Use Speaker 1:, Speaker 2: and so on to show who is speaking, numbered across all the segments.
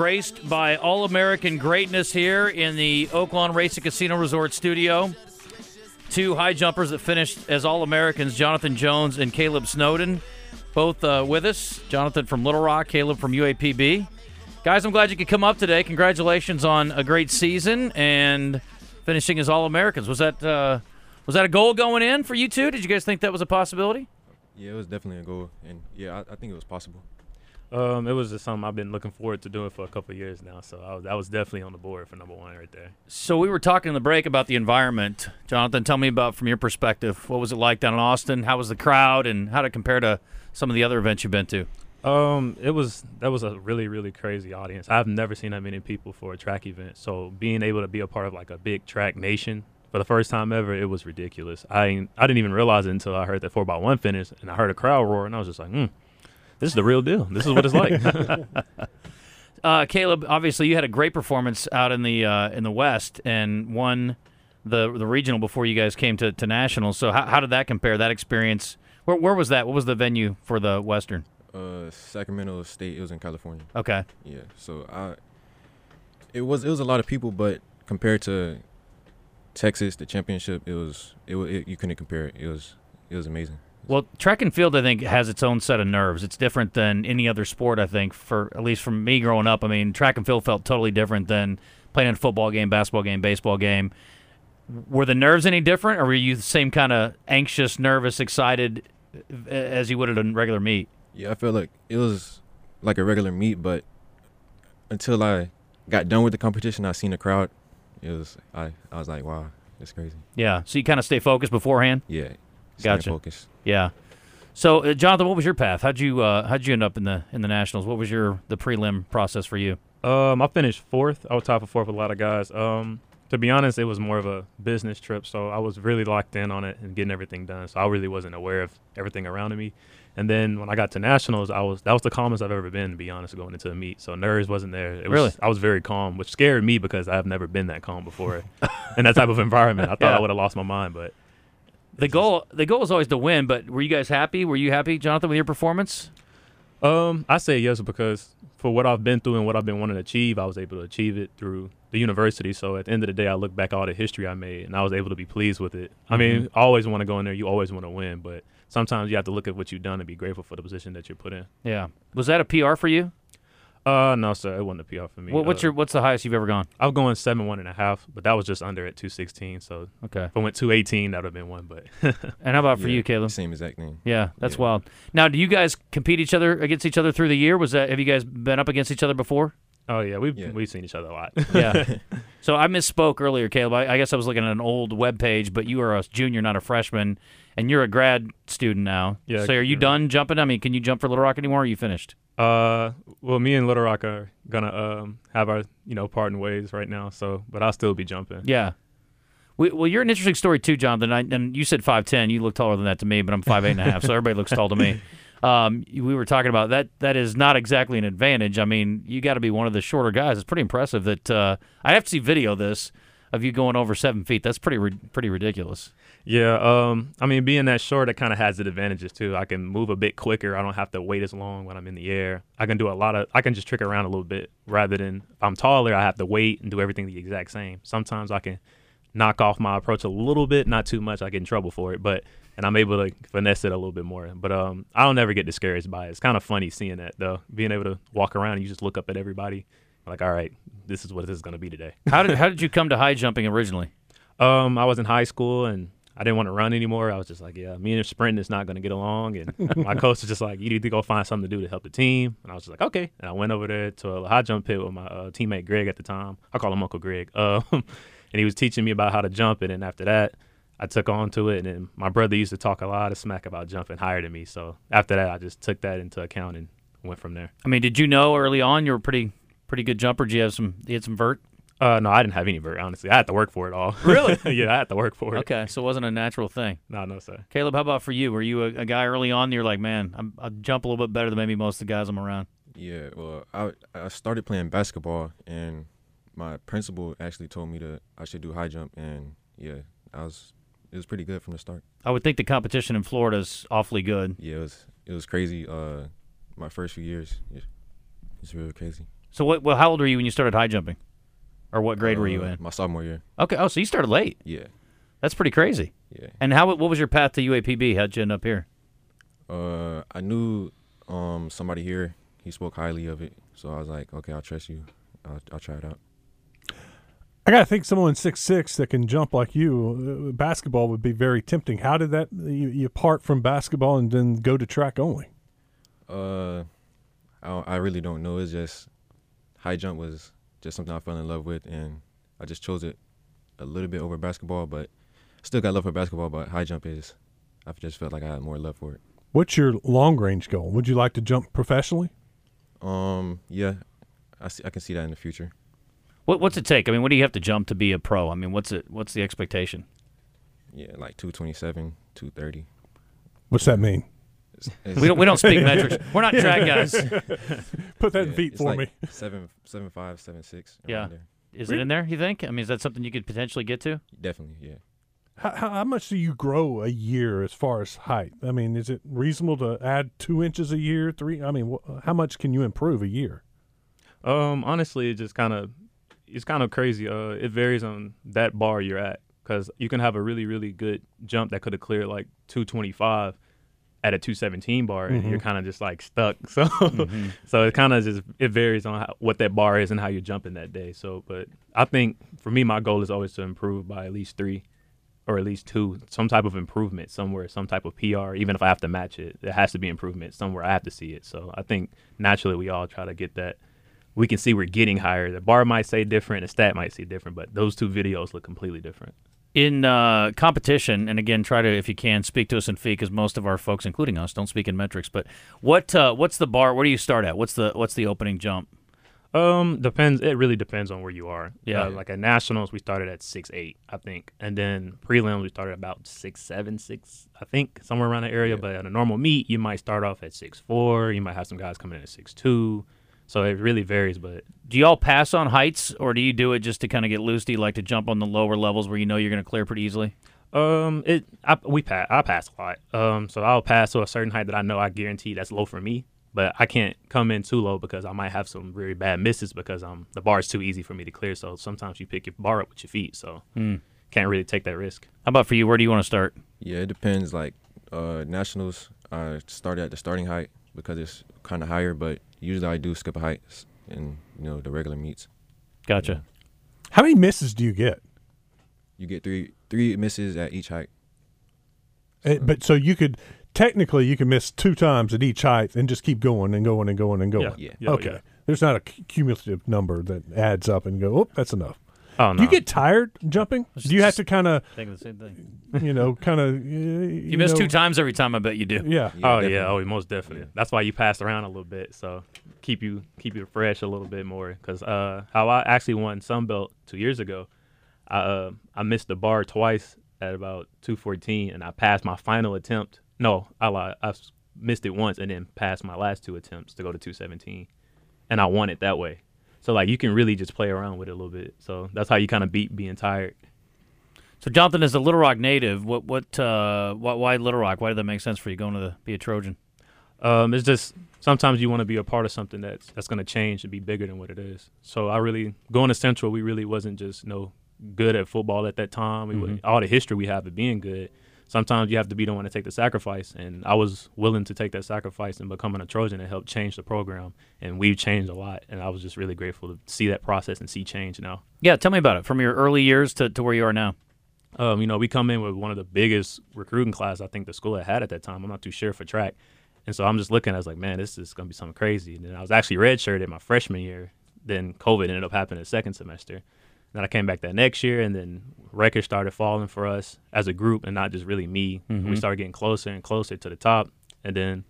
Speaker 1: graced by all American greatness here in the Oaklawn Racing Casino Resort studio. Two high jumpers that finished as all Americans, Jonathan Jones and Caleb Snowden, both uh, with us. Jonathan from Little Rock, Caleb from UAPB. Guys, I'm glad you could come up today. Congratulations on a great season and finishing as all Americans. Was that uh, was that a goal going in for you two? Did you guys think that was a possibility?
Speaker 2: Yeah, it was definitely a goal, and yeah, I, I think it was possible.
Speaker 3: Um, it was just something I've been looking forward to doing for a couple of years now. So I was, I was definitely on the board for number one right there.
Speaker 1: So we were talking in the break about the environment. Jonathan, tell me about from your perspective, what was it like down in Austin? How was the crowd and how did it compare to some of the other events you've been to?
Speaker 3: Um, it was that was a really really crazy audience. I've never seen that many people for a track event. So being able to be a part of like a big track nation for the first time ever, it was ridiculous. I ain't- I didn't even realize it until I heard that four by one finish and I heard a crowd roar and I was just like, hmm, this is the real deal. This is what it's like.
Speaker 1: Uh, Caleb, obviously you had a great performance out in the uh, in the West and won the the regional before you guys came to, to nationals. So how, how did that compare? That experience? Where, where was that? What was the venue for the Western?
Speaker 2: Uh, Sacramento State, it was in California.
Speaker 1: Okay.
Speaker 2: Yeah, so I, it was it was a lot of people, but compared to Texas, the championship, it was it, wa- it you couldn't compare it. It was it was amazing.
Speaker 1: Well, track and field, I think, has its own set of nerves. It's different than any other sport, I think, for at least from me growing up. I mean, track and field felt totally different than playing a football game, basketball game, baseball game. Were the nerves any different, or were you the same kind of anxious, nervous, excited uh, as you would at a regular meet?
Speaker 2: Yeah, I felt like it was like a regular meet, but until I got done with the competition, I seen the crowd. It was I I was like, wow, it's crazy.
Speaker 1: Yeah. So you kind of stay focused beforehand?
Speaker 2: Yeah, staying
Speaker 1: Gotcha.
Speaker 2: focused.
Speaker 1: Yeah. So, uh, Jonathan, what was your path? How'd you uh, how'd you end up in the in the nationals? What was your the prelim process for you?
Speaker 3: Um, I finished fourth. I was top of fourth with a lot of guys. Um, to be honest, it was more of a business trip, so I was really locked in on it and getting everything done. So I really wasn't aware of everything around me. And then when I got to nationals, I was that was the calmest I've ever been, to be honest, going into a meet. So nerves wasn't there. It was,
Speaker 1: Really?
Speaker 3: I was very calm, which scared me because I've never been that calm before in that type of environment. I thought
Speaker 1: Yeah.
Speaker 3: I would have lost my mind, but
Speaker 1: The goal the goal is always to win, but were you guys happy? Were you happy, Jonathan, with your performance?
Speaker 3: Um, I say yes because for what I've been through and what I've been wanting to achieve, I was able to achieve it through the university. So at the end of the day, I look back at all the history I made and I was able to be pleased with it. I mean,
Speaker 1: Mm-hmm.
Speaker 3: I always want to go in there. You always want to win, but sometimes you have to look at what you've done and be grateful for the position that you're put in.
Speaker 1: Yeah. Was that a PR for you?
Speaker 3: Uh, no, sir, it wasn't a PR for me.
Speaker 1: What, what's
Speaker 3: Uh,
Speaker 1: your what's the highest you've ever gone?
Speaker 3: I've gone seven one and a half, but that was just under at two sixteen. So
Speaker 1: Okay.
Speaker 3: if I went two eighteen, that would have been one. But
Speaker 1: And how about for
Speaker 2: Yeah,
Speaker 1: you, Caleb?
Speaker 2: Same exact thing.
Speaker 1: Yeah, that's
Speaker 2: Yeah.
Speaker 1: wild. Now, do you guys compete each other against each other through the year? Was that have you guys been up against each other before?
Speaker 3: oh yeah, we've
Speaker 2: Yeah.
Speaker 3: we've seen each other a lot.
Speaker 1: Yeah. so I misspoke earlier, Caleb. I, I guess I was looking at an old web page, but you are a junior, not a freshman, and you're a grad student now.
Speaker 3: Yeah,
Speaker 1: So are you
Speaker 3: you're right.
Speaker 1: done jumping? I mean, can you jump for Little Rock anymore? Or are you finished?
Speaker 3: Uh, well, me and Little Rock are gonna um have our you know parting ways right now. So, but I'll still be jumping.
Speaker 1: Yeah. We, well, you're an interesting story too, Jonathan. I, and you said five ten. You look taller than that to me, but I'm five eight and a half, so everybody looks tall to me. Um, we were talking about that. That is not exactly an advantage. I mean, you got to be one of the shorter guys. It's pretty impressive that uh, I have to see video of this of you going over seven feet. That's pretty ri- pretty ridiculous.
Speaker 3: Yeah. Um, I mean, being that short, it kind of has its advantages too. I can move a bit quicker. I don't have to wait as long when I'm in the air. I can do a lot of. I can just trick around a little bit rather than if I'm taller, I have to wait and do everything the exact same. Sometimes I can knock off my approach a little bit, not too much. I get in trouble for it, but and I'm able to finesse it a little bit more. But um, I don't ever get discouraged by it. It's kind of funny seeing that though, being able to walk around and you just look up at everybody, like, all right, this is what this is gonna be today.
Speaker 1: How did how did you come to high jumping originally?
Speaker 3: Um, I was in high school and I didn't want to run anymore. I was just like, yeah, me and sprinting is not going to get along. And my coach was just like, you need to go find something to do to help the team. And I was just like, okay. And I went over there to a high jump pit with my uh, teammate Greg at the time. I call him Uncle Greg. Um, and he was teaching me about how to jump. And then after that, I took on to it. And then my brother used to talk a lot of smack about jumping higher than me. So after that, I just took that into account and went from there.
Speaker 1: I mean, did you know early on you were a pretty pretty good jumper? Did you have some you had some vert?
Speaker 3: Uh, no, I didn't have any vert, honestly. I had to work for it all. Really? yeah, I had to work for it.
Speaker 1: Okay, so it wasn't a natural thing.
Speaker 3: No, no, sir.
Speaker 1: Caleb, how about for you? Were you a, a guy early on? You're like, man, I'm, I jump a little bit better than maybe most of the guys I'm around.
Speaker 2: Yeah, well, I I started playing basketball, and my principal actually told me that I should do high jump, and yeah, I was it was pretty good from the start.
Speaker 1: I would think the competition in Florida is awfully good.
Speaker 2: Yeah, it was it was crazy. Uh, my first few years, yeah, it's real crazy.
Speaker 1: So what? Well, how old were you when you started high jumping, or what grade were you
Speaker 2: Uh,
Speaker 1: in?
Speaker 2: My sophomore year.
Speaker 1: Okay. Oh, so you started late.
Speaker 2: Yeah.
Speaker 1: That's pretty crazy.
Speaker 2: Yeah.
Speaker 1: And how? What was your path to UAPB? How'd you end up here?
Speaker 2: Uh, I knew um somebody here. He spoke highly of it, so I was like, okay, I'll trust you. I'll, I'll try it out.
Speaker 4: I gotta think someone six six that can jump like you, uh, basketball would be very tempting. How did that you, you part from basketball and then go to track only?
Speaker 2: Uh, I don't- I really don't know. It's just high jump was just something I fell in love with, and I just chose it a little bit over basketball, but still got love for basketball. But high jump is, I just felt like I had more love for it.
Speaker 4: What's your long range goal? Would you like to jump professionally?
Speaker 2: Um, yeah, I see, I can see that in the future.
Speaker 1: What, what's it take? I mean, what do you have to jump to be a pro? I mean, what's it? What's the expectation?
Speaker 2: Yeah, like 227, 230.
Speaker 4: What's that mean?
Speaker 2: It's, it's,
Speaker 1: We don't. We don't speak metrics. We're not track guys.
Speaker 4: Put that
Speaker 2: yeah,
Speaker 4: in feet
Speaker 2: it's
Speaker 4: for
Speaker 2: like
Speaker 4: me.
Speaker 2: Seven, seven five, seven six. around
Speaker 1: Yeah.
Speaker 2: there.
Speaker 1: Is it in there? You think? I mean, is that something you could potentially get to?
Speaker 2: definitely. Yeah.
Speaker 4: How, how, how much do you grow a year as far as height? I mean, is it reasonable to add two inches a year, three? I mean, wh- how much can you improve a year?
Speaker 3: Um, honestly, it just kind of it's kind of crazy. Uh, it varies on that bar you're at because you can have a really really good jump that could have cleared like 225 at a 217 bar, and you're kind of just like stuck. So, so it kind of just it varies on how, what that bar is and how you're jumping that day. So, but I think for me, my goal is always to improve by at least three. Or at least two, some type of improvement somewhere, some type of PR. Even if I have to match it, it has to be improvement somewhere. I have to see it. So I think naturally we all try to get that we can see we're getting higher. The bar might say different, the stat might say different, but those two videos look completely different.
Speaker 1: in uh, competition, and again, try to if you can speak to us in fee because most of our folks, including us, don't speak in metrics. But what uh, what's the bar? Where do you start at? What's the what's the opening jump?
Speaker 3: Um, depends. It really depends on where you are.
Speaker 1: Yeah.
Speaker 3: Uh, like at nationals, we started at six eight, I think, and then prelims we started about six seven six, I think, somewhere around the area. But at a normal meet, you might start off at six four. You might have some guys coming in at six two. So it really varies, but
Speaker 1: Do y'all pass on heights, or do you do it just to kind of get loose? Do you like to jump on the lower levels where you know you're going to clear pretty easily?
Speaker 3: Um, it I we pass. I pass a lot. Um, so I'll pass to a certain height that I know I guarantee that's low for me. But I can't come in too low because I might have some really bad misses because um the bar is too easy for me to clear. So sometimes you pick your bar up with your feet. So
Speaker 4: Hmm.
Speaker 3: can't really take that risk.
Speaker 1: How about for you? Where do you want to start?
Speaker 2: Yeah, it depends. Like uh, nationals, I started at the starting height because it's kind of higher, but usually I do skip a height s- in you know the regular meets.
Speaker 1: Gotcha.
Speaker 4: How many misses do you get?
Speaker 2: You get three three misses at each height.
Speaker 4: Eh, but so you could technically you could miss two times at each height and just keep going and going and going and going.
Speaker 2: Yeah.
Speaker 3: yeah,
Speaker 4: Oh,
Speaker 3: oh,
Speaker 4: okay.
Speaker 3: yeah.
Speaker 4: There's not a cu- cumulative number that adds up and go, oh, that's enough.
Speaker 3: Oh
Speaker 4: Do
Speaker 3: no.
Speaker 4: you get tired jumping? Do you have to kind of,
Speaker 1: Think of the same thing.
Speaker 4: you know, kind of. You,
Speaker 1: You, miss
Speaker 4: know-
Speaker 1: two times every time. I bet you do.
Speaker 4: Yeah. Uh,
Speaker 2: Yeah,
Speaker 3: Oh
Speaker 2: definitely.
Speaker 3: yeah, oh most definitely. That's why you pass around a little bit, so keep you keep you fresh a little bit more. Because uh, how I actually won Sunbelt two years ago, I uh, I missed the bar twice at about two fourteen, and I passed my final attempt. No, I lied. I s- missed it once, and then passed my last two attempts to go to two seventeen, and I won it that way. So like you can really just play around with it a little bit. So that's how you kind of beat being tired.
Speaker 1: So Jonathan is a Little Rock native. What what uh, why, why Little Rock? Why did that make sense for you going to the, be a Trojan?
Speaker 3: Um, it's just sometimes you want to be a part of something that's that's going to change and be bigger than what it is. So I really going to Central, we really wasn't just no good at football at that time. We wa- all the history we have of being good. Sometimes you have to be the one to take the sacrifice, and I was willing to take that sacrifice and becoming a Trojan and help change the program. And we've changed a lot, and I was just really grateful to see that process and see change now.
Speaker 1: Yeah, tell me about it from your early years to, to where you are now.
Speaker 3: Um, you know, we come in with one of the biggest recruiting class I think the school had had at that time. I'm not too sure for track. And so I'm just looking, I was like, man, this is going to be something crazy. And then I was actually redshirted my freshman year. Then COVID ended up happening the second semester. Then I came back that next year, and then records started falling for us as a group and not just really me. We started getting closer and closer to the top. And then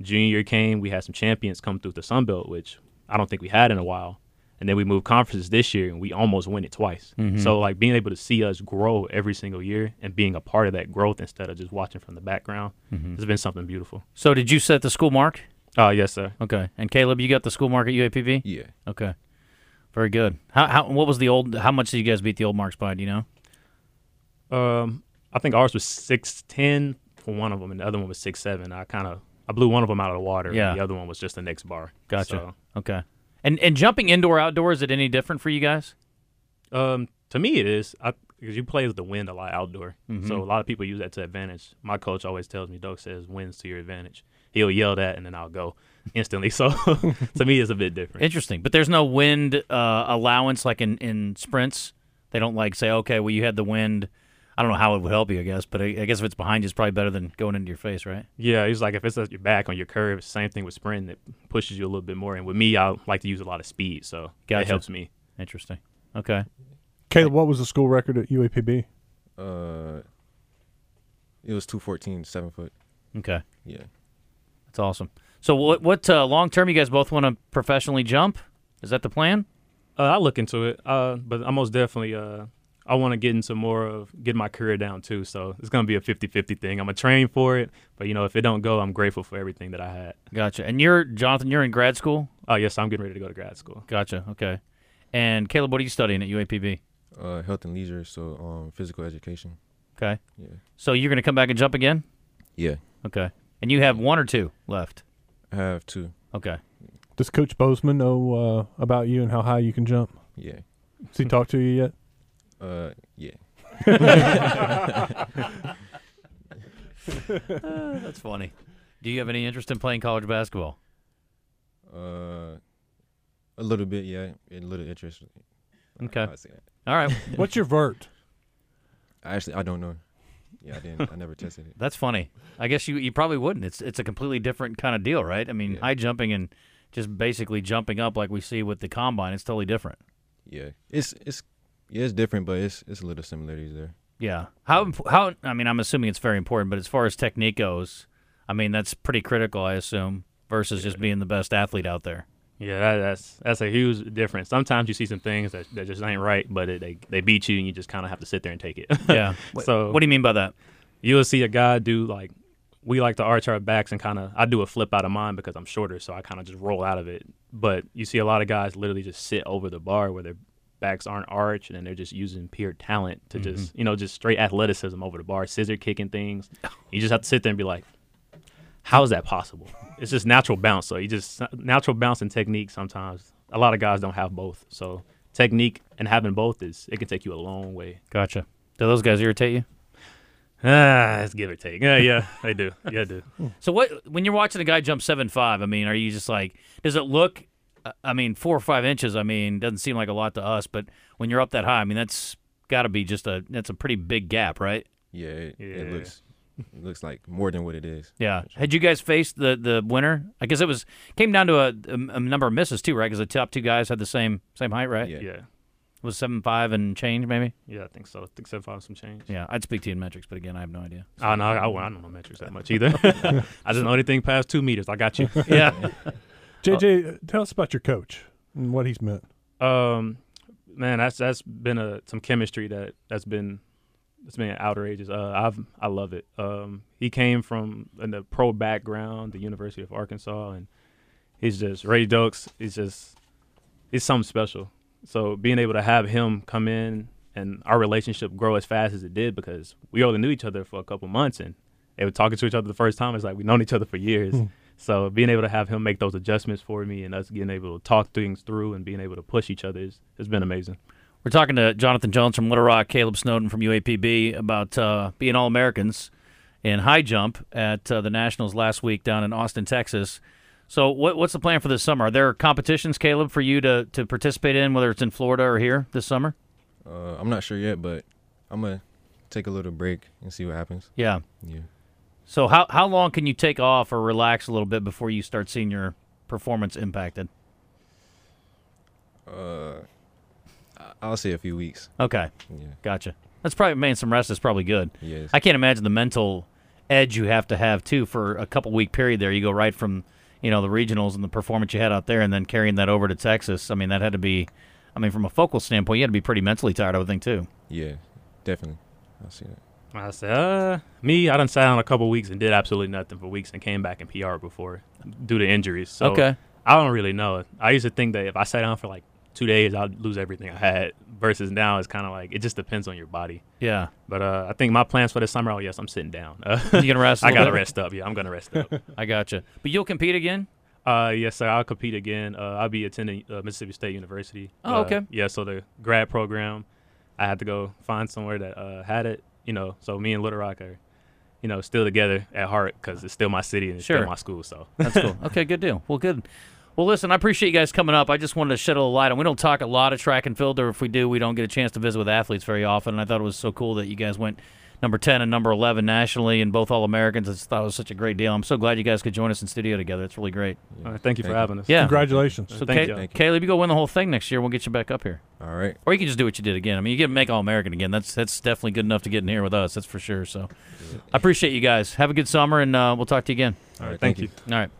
Speaker 3: junior year came, we had some champions come through the Sun Belt, which I don't think we had in a while. And then we moved conferences this year, and we almost win it twice.
Speaker 1: Mm-hmm.
Speaker 3: So like being able to see us grow every single year and being a part of that growth instead of just watching from the background,
Speaker 1: Mm-hmm.
Speaker 3: it's been something beautiful.
Speaker 1: So did you set the school mark?
Speaker 3: Oh yes, sir.
Speaker 1: Okay. And Caleb, you got the school mark at UAPV?
Speaker 2: Yeah,
Speaker 1: Okay. Very good. How, how what was the old how much did you guys beat the old marks by, do you know?
Speaker 3: Um, I think ours was six ten for one of them, and the other one was six seven. I kind of I blew one of them out of the water. and
Speaker 1: Yeah.
Speaker 3: the other one was just the next bar.
Speaker 1: Gotcha.
Speaker 3: So,
Speaker 1: Okay. And and jumping indoor outdoor is it any different for you guys?
Speaker 3: Um, to me, it is because you play with the wind a lot outdoor. So a lot of people use that to advantage. My coach always tells me, "Doc says wind's to your advantage." He'll yell that, and then I'll go instantly. So to me, it's a bit different.
Speaker 1: Interesting, but there's no wind uh, allowance like in in sprints. They don't like say, okay, well you had the wind. I don't know how it would help you, I guess, but I, I guess if it's behind you, it's probably better than going into your face, right?
Speaker 3: yeah, he's like if it's at your back on your curve, it's the same thing with sprinting. It pushes you a little bit more. And with me, I like to use a lot of speed, so
Speaker 1: Gotcha.
Speaker 3: that helps me.
Speaker 1: Interesting. Okay.
Speaker 4: Caleb, what was the school record at UAPB?
Speaker 2: Uh, it was 214, seven foot.
Speaker 1: Okay.
Speaker 2: Yeah.
Speaker 1: That's awesome. So what what uh, long term you guys both want to professionally jump? Is that the plan?
Speaker 3: Uh, I look into it, uh, but I most definitely uh, I want to get into more of get my career down too. So it's gonna be a 50-50 thing. I'm gonna train for it, but you know if it don't go, I'm grateful for everything that I had.
Speaker 1: Gotcha. And you're Jonathan. You're in grad school.
Speaker 3: Oh yes, I'm getting ready to go to grad school.
Speaker 1: Gotcha. Okay. And Caleb, what are you studying at UAPB?
Speaker 2: Uh, health and leisure, so um, physical education.
Speaker 1: Okay.
Speaker 2: Yeah.
Speaker 1: So you're going to come back and jump again?
Speaker 2: Yeah.
Speaker 1: Okay. And you have one or two left.
Speaker 2: I have two.
Speaker 1: Okay.
Speaker 4: Does Coach Bozeman know uh, about you and how high you can jump?
Speaker 2: Yeah.
Speaker 4: Has he talked to you yet?
Speaker 2: Uh, yeah.
Speaker 1: Ah, That's funny. Do you have any interest in playing college basketball?
Speaker 2: Uh, a little bit. Yeah. A little interest.
Speaker 1: Okay.
Speaker 2: I'd say that.
Speaker 1: All right.
Speaker 4: What's your vert?
Speaker 2: I actually, I don't know. Yeah, I didn't. I never tested it.
Speaker 1: That's funny. I guess you you probably wouldn't. It's it's a completely different kind of deal, right? I mean,
Speaker 2: Yeah.
Speaker 1: high jumping and just basically jumping up like we see with the combine, it's totally different.
Speaker 2: Yeah. It's it's yeah, it's different, but it's it's a little similarities there.
Speaker 1: Yeah. How imp- how I mean, I'm assuming it's very important, but as far as technique goes, I mean, that's pretty critical, I assume, versus just being the best athlete out there.
Speaker 3: Yeah, that, that's that's a huge difference. Sometimes you see some things that, that just ain't right, but it, they they beat you, and you just kind of have to sit there and take it.
Speaker 1: Yeah.
Speaker 3: So-
Speaker 1: what do you mean by that?
Speaker 3: You'll see a guy do like we like to arch our backs and kind of I do a flip out of mine because I'm shorter, so I kind of just roll out of it. But you see a lot of guys literally just sit over the bar where their backs aren't arched, and then they're just using pure talent to just you know just straight athleticism over the bar, scissor kicking things. You just have to sit there and be like, how is that possible? It's just natural bounce. So you just natural bounce and technique. Sometimes a lot of guys don't have both. So technique and having both is it can take you a long way.
Speaker 1: Gotcha. Do those guys irritate you?
Speaker 3: Ah, it's give or take. Yeah, yeah, they do. Yeah, I do.
Speaker 1: So what when you're watching a guy jump seven five? I mean, are you just like does it look? I- I mean, four or five inches. I mean, doesn't seem like a lot to us, but when you're up that high, I mean, that's got to be just a that's a pretty big gap, right?
Speaker 2: Yeah, it, it
Speaker 3: Yeah.
Speaker 2: looks it looks like more than what it is.
Speaker 1: Yeah. Had you guys faced the the winner? I guess it was came down to a, um, a number of misses too, right? Because the top two guys had the same same height, right?
Speaker 2: Yeah.
Speaker 3: Yeah,
Speaker 1: It was seven five and change maybe.
Speaker 3: yeah, I think so. Except for some change.
Speaker 1: Yeah, I'd speak to you in metrics, but again, I have no idea.
Speaker 3: Oh no, I, I, I don't know metrics that much either. I just know anything past two meters. I got you.
Speaker 1: Yeah.
Speaker 4: JJ, tell us about your coach and what he's meant.
Speaker 3: Um, man, that's that's been a some chemistry that that's been that's been outrageous. Uh, I've I love it. Um, he came from in the pro background, the University of Arkansas, and he's just Ray Dokes. He's just he's something special. So being able to have him come in and our relationship grow as fast as it did because we only knew each other for a couple months and they were talking to each other the first time. It's like we've known each other for years. So being able to have him make those adjustments for me and us getting able to talk things through and being able to push each other is, has been amazing.
Speaker 1: We're talking to Jonathan Jones from Little Rock, Caleb Snowden from UAPB about uh, being All Americans in high jump at uh, the Nationals last week down in Austin, Texas. So, what, what's the plan for this summer? Are there competitions, Caleb, for you to, to participate in, whether it's in Florida or here this summer?
Speaker 2: Uh, I'm not sure yet, but I'm gonna take a little break and see what happens.
Speaker 1: Yeah.
Speaker 2: Yeah.
Speaker 1: So, how, how long can you take off or relax a little bit before you start seeing your performance impacted?
Speaker 2: Uh, I- I'll say a few weeks.
Speaker 1: Okay.
Speaker 2: Yeah.
Speaker 1: Gotcha. That's probably, man, some rest is probably good.
Speaker 2: Yes.
Speaker 1: I can't imagine the mental edge you have to have too for a couple week period there. You go right from you know the regionals and the performance you had out there, and then carrying that over to Texas. I mean, that had to be, I mean, from a focal standpoint, you had to be pretty mentally tired. I would think too.
Speaker 2: yeah. Definitely. I'll see that.
Speaker 3: I said, uh, me, I done sat on a couple weeks and did absolutely nothing for weeks and came back and PR before due to injuries. So
Speaker 1: Okay.
Speaker 3: I don't really know. I used to think that if I sat down for like two days, I'd lose everything I had versus now it's kind of like it just depends on your body.
Speaker 1: Yeah,
Speaker 3: But uh, I think my plans for this summer, oh, yes, I'm sitting down. Uh,
Speaker 1: you can rest. a
Speaker 3: I
Speaker 1: little
Speaker 3: got to
Speaker 1: bit?
Speaker 3: rest up. Yeah, I'm going to rest up.
Speaker 1: I gotcha. But you'll compete again.
Speaker 3: Uh, yes, sir. I'll compete again. Uh, I'll be attending uh, Mississippi State University.
Speaker 1: Oh,
Speaker 3: Uh,
Speaker 1: okay.
Speaker 3: yeah, so the grad program, I had to go find somewhere that uh, had it. You know, so me and Little Rock are, you know, still together at heart because it's still my city and it's
Speaker 1: Sure.
Speaker 3: still my school. So
Speaker 1: That's cool. Okay, good deal. Well, good. Well, listen, I appreciate you guys coming up. I just wanted to shed a little light on. We don't talk a lot of track and field, or if we do, we don't get a chance to visit with athletes very often. And I thought it was so cool that you guys went number ten and number eleven nationally, and both All Americans. I just thought it was such a great deal. I'm so glad you guys could join us in studio together. It's really great.
Speaker 3: uh, thank you
Speaker 2: Thank
Speaker 3: for
Speaker 2: you.
Speaker 3: having us.
Speaker 1: Yeah.
Speaker 4: Congratulations.
Speaker 1: So,
Speaker 3: Thank
Speaker 1: Ca-
Speaker 3: you.
Speaker 2: Thank
Speaker 1: Caleb, you go win the whole thing next year. We'll get you back up here,
Speaker 2: All right.
Speaker 1: or you can just do what you did again. I mean, you can make All American again. That's that's definitely good enough to get in here with us. That's for sure. So, I appreciate you guys. Have a good summer, and uh, we'll talk to you again.
Speaker 2: All right.
Speaker 3: Thank you.
Speaker 1: All right.